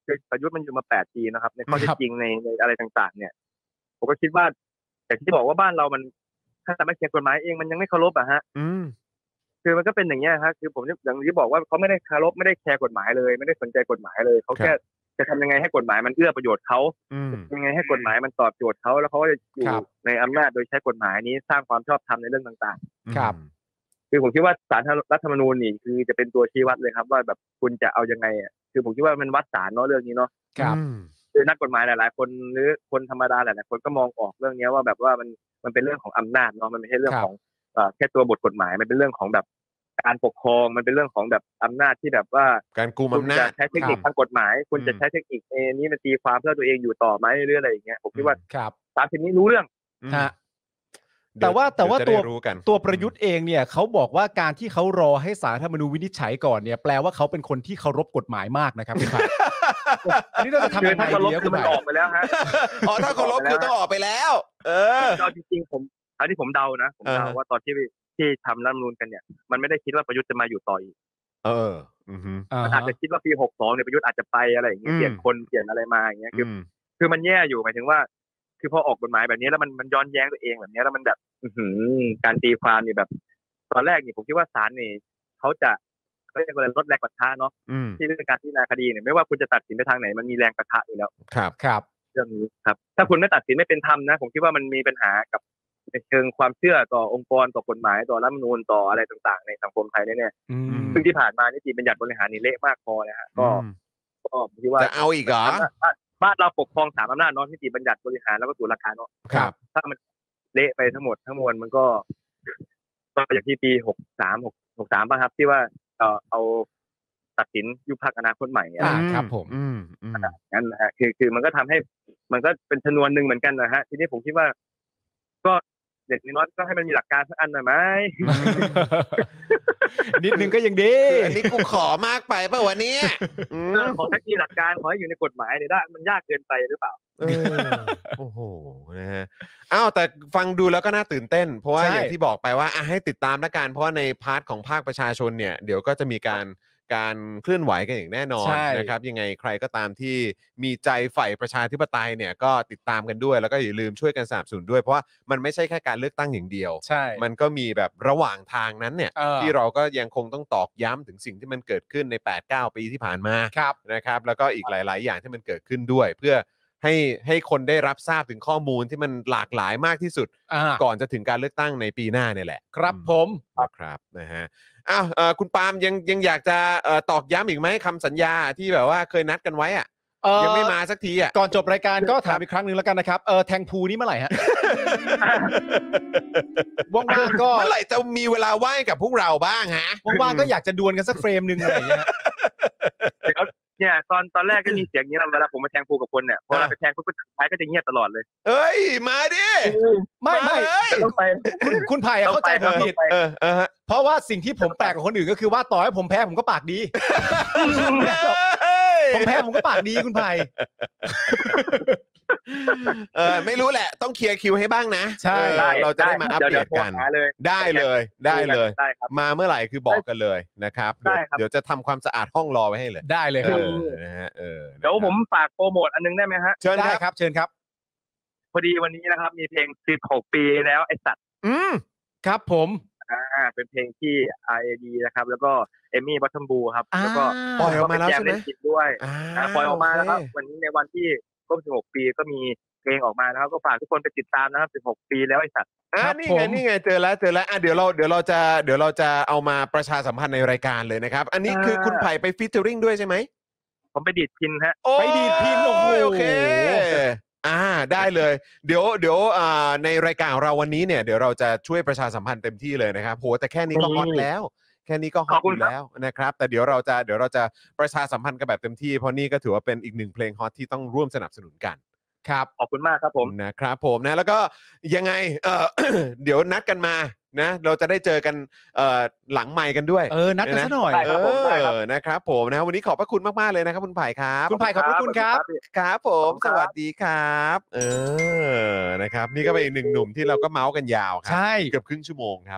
C: คือประยุทธ์มันอยู่มาแปดปีนะครับ ในข้อเท็
B: ค
C: จ
B: รับ
C: จริงในในอะไรต่าง ๆ เนี่ย ผมก็คิดว่าอย่างที่บอกว่าบ้านเรามันถ้าจะไม่เขียนกฎหมายเองมันยังไม่เคารพอะฮะ
A: อืม
C: คือมันก็เป็นอย่างเงี้ยฮะคือผมอย่างที่บอกว่าเขาไม่ได้เคารพไม่ได้แคร์กฎหมายเลย ไม่ได้สนใจกฎหมายเลยเขาแค่จะทำยังไงให้กฎหมายมันเอื้อประโยชน์เขา
A: อืม
C: ยังไงให้กฎหมายมันตอบโจทย์เขาแล้วเขาก็จะอยู่
B: ครับ
C: ในอำนาจโดยใช้กฎหมายนี้สร้างความชอบธรรมในเรื่องต่าง
B: ครับ
C: ๆ คือผมคิดว่าสารรัฐธรรมนูญนี่คือจะเป็นตัวชี้วัดเลยครับ ว่าแบบคุณจะเอายังไงอะคือผมคิดว่ามันวัดสารเนาะเรื่องนี้เนาะ
B: ครับ
A: อืม
C: คือนักกฎหมายหลาย ๆ คนหรือคนธรรมดาหลายๆคนก็มองออกเรื่องเนี้ยว่าแบบว่ามันมันเป็นเรื่องของอำนาจเนาะมันไม่ใช่เรื่อง
B: ครับ
C: ของเอ่อแค่ตัวบทกฎหมายมันเป็นเรื่องของแบบการปกครองมันเป็นเรื่องของแบบอำนาจที่แบบว่า
A: การกุม
C: คุณ
A: อำนา
C: จะ
A: จ
C: ใช้เทคนิค
B: ครับ
C: ทางกฎหมาย คุณจะ
A: อืม
C: ใช้เทคนิคเอนี้มาตีความเพื่อตัวเองอยู่ต่อไหมหรืออะไรอย่างเงี้ยผมคิดว่า
B: ครับ
C: สามสิบนี้รู้เรื่อง
A: อืม
B: ฮะ
A: เดี๋ย
B: แต่ว่าแต่ว่า
A: เดี๋ยจะได้
B: ตัว
A: รู้กัน
B: ตัวประยุทธ์เองเนี่ยเขาบอกว่าการที่เขารอให้สารธรรมนูญวินิจฉัยก่อนเนี่ยแปลว่าเขาเป็นคนที่เคารพกฎหมายมากนะครับคุณไผ่ อันนี้เราจะทำ
C: คื
B: ยั
C: อง
B: ไง
C: ถ้าเคาร
B: ดีค
C: พ
B: รับ
C: คื
B: คุ
C: อ
B: ณ
C: มัน
B: ไผ่
C: ออกไปแล้วฮะ
A: อ๋อถ้าเคารพคือต้องออกไปแล้ว เออ
C: เราจริงๆผมอันนี้ผมเดานะ ผมเดา
A: อ่าฮะ
C: ว่าตอนที่ที่ทำรัฐธรรมนูญกันเนี่ย มันไม่ได้คิดว่าประยุทธ์จะมาอยู่ต่ออีก
A: เอออืมอืม
B: อ่า
C: มัน
B: ฮะ
C: อาจจะคิดว่าปี 62 เนี่ยประยุทธ์อาจจะไปอะไรอย่างเงี้
A: อืม
C: ยเปลี่ยนคนเปลี่ยนอะไรมาอย่างเงี้ย คือ
A: อื
C: อ
A: ม
C: คือมันแย่อยู่หมายถึงว่า คือพอออกกฎหมายแบบนี้แล้วมันมันย้อนแย้งตัวเองแบบนี้แล้วมันแบบอื้อหือการตีความนี่แบบ ตอนแรกนี่ผมคิดว่าศาลนี่เขาจะเขาเรียกว่าอะไรลดแรงกระทะเนาะ
A: อืม
C: ที่เรื่องการพิจารณาคดีเนี่ยไม่ว่าคุณจะตัดสินไปทางไหนมันมีแรงกระทะอยู่แล้ว
A: ครับ
B: ครับ
C: เรื่องนี้ครับ ถ้าคุณไม่ตัดสินไม่เป็นธรรมนะ ผมคิดว่ามันมีปัญหากับในเชิงความเชื่อต่อองค์กรต่อกฎหมายต่อรัฐธรรมนูญต่ออะไรต่างๆ ในสังคมไทยแน่
B: อืม
C: ๆซึ่งที่ผ่านมานิติบัญญัติบริหารนี่เละมากพอนะฮะก็
A: อืม
C: ก็ผมคิดว่า
A: จะเอาอีกเหรอ
C: บ้านบ้านเราปกครองสามอำนาจเนอะนิติบัญญัติบริหารแล้วก็ตุลาการเนอะ
A: ครับ
C: ถ้ามันเละไปทั้งหมดทั้งมวลมันก็ก็อย่างที่ปีหกสามหกหกสามป่ะครับ ที่ว่าเออเอาตัดสินยุบพักอนาคตใหม่อะไร
B: อ่า ครับผม
A: อืมอืม
C: นั่นนะฮะคือคือมันก็ทำให้มันก็เป็นชนวนหนึ่งเหมือนกันนะฮะ ทีนี้ผมคิดว่า ก็เด็กน้อยก็ให้มันมีหลักการสักอันหน่อยไหม
B: นิดนึงก็ยังดี
A: คืออันนี้กูขอมากไปเปล่าวะเนี่ยอืม
C: ขอแค่มีหลักการขอให้อยู่ในกฎหมายเนี่ยได้ มันยากเกินไปหรือเปล่า
A: เออโอ้โหนะฮะอ้าวแต่ฟังดูแล้วก็น่าตื่นเต้น เพราะว่าอย่างที่บอกไปว่าอ่ะให้ติดตามละกันเพราะว่าในพาร์ทของภาคประชาชนเนี่ยเดี๋ยวก็จะมีการการเคลื่อนไหวกันอย่างแน่นอน
B: ใช่
A: นะครับ ยังไงใครก็ตามที่มีใจใฝ่ประชาธิปไตยเนี่ยก็ติดตามกันด้วย แล้วก็อย่าลืมช่วยกันสนับสนุนด้วยเพราะว่ามันไม่ใช่แค่การเลือกตั้งอย่างเดียว
B: ใช่
A: มันก็มีแบบระหว่างทางนั้นเนี่ย
B: เออ
A: ที่เราก็ยังคงต้องตอกย้ำถึงสิ่งที่มันเกิดขึ้นใน 8-9 ปีที่ผ่านมา
B: ครับ
A: นะครับแล้วก็อีกหลาย ๆ อย่างที่มันเกิดขึ้นด้วย เพื่อให้ให้คนได้รับทราบถึงข้อมูลที่มันหลากหลายมากที่สุด
B: อ่า
A: ก่อนจะถึงการเลือกตั้งในปีหน้าเนี่ยแหละ
B: ครับผม
A: นะครับนะฮะอ้าวเอ่อคุณปาล์มยังยังอยากจะเอ่อตอกย้ำอีกไหมคำสัญญาที่แบบว่าเคยนัดกันไว้อะ
B: เอ่อ
A: ยังไม่มาสักทีอ่ะ
B: ก่อนจบรายการก็ถามอีกครั้งหนึ่งแล้วกันนะครับเออแทงพูนี่เมื่อไหร่ฮะ ว่างๆก็
A: เมื่อไหร่จะมีเวลาว่างให้กับพวกเราบ้างฮะ
B: ว่างๆก็อยากจะดวลกันสักเฟรมหนึ่งอะไรอย่างเงี้ยฮะ
C: เนี่ยตอนตอนแรกก็มีเสียงนี้นะเวลาผมมาแทงพูกับคนเนี่ยพอเรา
A: อ่ะ
C: ไปแทงปุ๊บก็ท้ายก็จะเงียบตลอดเลย
A: เอ้ย มาดิ
B: ไม่
A: า
B: ไม่
A: เอ้ย
C: ต้องไป
B: คุณคุณไผ่อะเข้าใจผมผิด
A: เออเออฮะ
B: เพราะว่าสิ่งที่ผมแปลกกว่าคนอื่นก็คือว่าต่อให้ผมแพ้ผมก็ปากดี
A: เอ้ย
B: ผมแพ้ผมก็ปากดีคุณไผ่
A: เออไม่รู้แหละ ต้องเคลียร์คิวให้บ้างนะ
B: ใช่
A: เออเราจะได้มาอัปเดตกัน
C: เลย
A: ได้เลยได้เลย
C: ได้ครับ
A: มาเมื่อไหร่คือบอกกันเลยนะครับเดี๋ยว
C: ได้ครับ
A: เดี๋ยวจะทำความสะอาดห้องรอไว้ให้เลย
B: ได้เลย
A: เอ
B: ครับ
A: อนะฮะเออ
C: เดี๋ยวผมฝากโปรโมทอันนึงได้ไหมฮะ
A: เชิญ
B: ได้
A: ครับ
B: ครับเชิญครับ
C: พอดีวันนี้นะครับ มีเพลง 16 ปีแล้วไอสัตว์
A: อืม
B: ครับผม
C: อ่าเป็นเพลงที่ R.A.D นะครับ แล้วก็เอมี่บัตเทมบูครับ แล้วก็
A: ปล่อยออกมาแล้ว
C: ก็ป
A: ใช่ไหม
C: เนจิตด้วย
A: อ่า
C: อ่าปล่อยออกมาแล้วครับ
A: โอเ
C: วันนี้ในวันที่ครบ 16 ปีก็มีเพลงออกมานะครับ ก็ฝากทุกคนไปติดตามนะครับ 16 ปีแล้วไอสัตว์
A: อ่า
B: ครับ
A: นี่
B: ผ
A: ไง
B: ม
A: นี่ไงเจอแล้วเจอแล้วอ่ะเดี๋ยวเราเดี๋ยวเราจะเดี๋ยวเราจะเอามาประชาสัมพันธ์ในรายการเลยนะครับ อันนี้คือ
C: อ่า
A: คุณไผ่ไปฟิชเจอริงด้วยใช่ไหม
C: ผมไปดีดพินฮะ
B: ไปดีดพินโอ้โห
A: โอเคอ่าได้เลย เดี๋ยวเดี๋ยวอ่าในรายการของเราวันนี้เนี่ยเดี๋ยวเราจะช่วยประชาสัมพันธ์เต็มที่เลยนะครับโหแต่แค่นี้ก็ฮอตแล้ว แค่นี้ก็ฮอต
C: ขอบ
A: อ
C: คุณ
A: ยู่
C: ครับ
A: แล้วนะครับ แต่เดี๋ยวเราจะเดี๋ยวเราจะประชาสัมพันธ์กันแบบเต็มที่เพราะนี่ก็ถือว่าเป็นอีกหนึ่งเพลงฮอตที่ต้องร่วมสนับสนุนกัน
B: ครับ
C: ขอบคุณมากครับผม
A: นะครับผมนะแล้วก็ยังไงเออ [coughs] เดี๋ยวนัดกันมานะ เราจะได้เจอกันเอ่อหลังไมค์กันด้วย
B: เออ นัดกันซะหน่อย
C: ได้
A: เอ
C: ครับผมได้ครับ
A: อนะครับผมนะวันนี้ขอบพระคุณมาก ๆ เลยนะครับคุณไผ่ครับ
B: คุณไผ่ขอบพระคุณครับ
A: ครับผม
C: ขอบ
A: ส
C: คุณครับ
A: วัสดีครับ เออนะครับ นี่ก็เป็นอีกหนึ่งหนุ่มที่เราก็เมาส์กันยาวครั
B: ใช่
A: เกือบครึ่งชั่วโมงครับ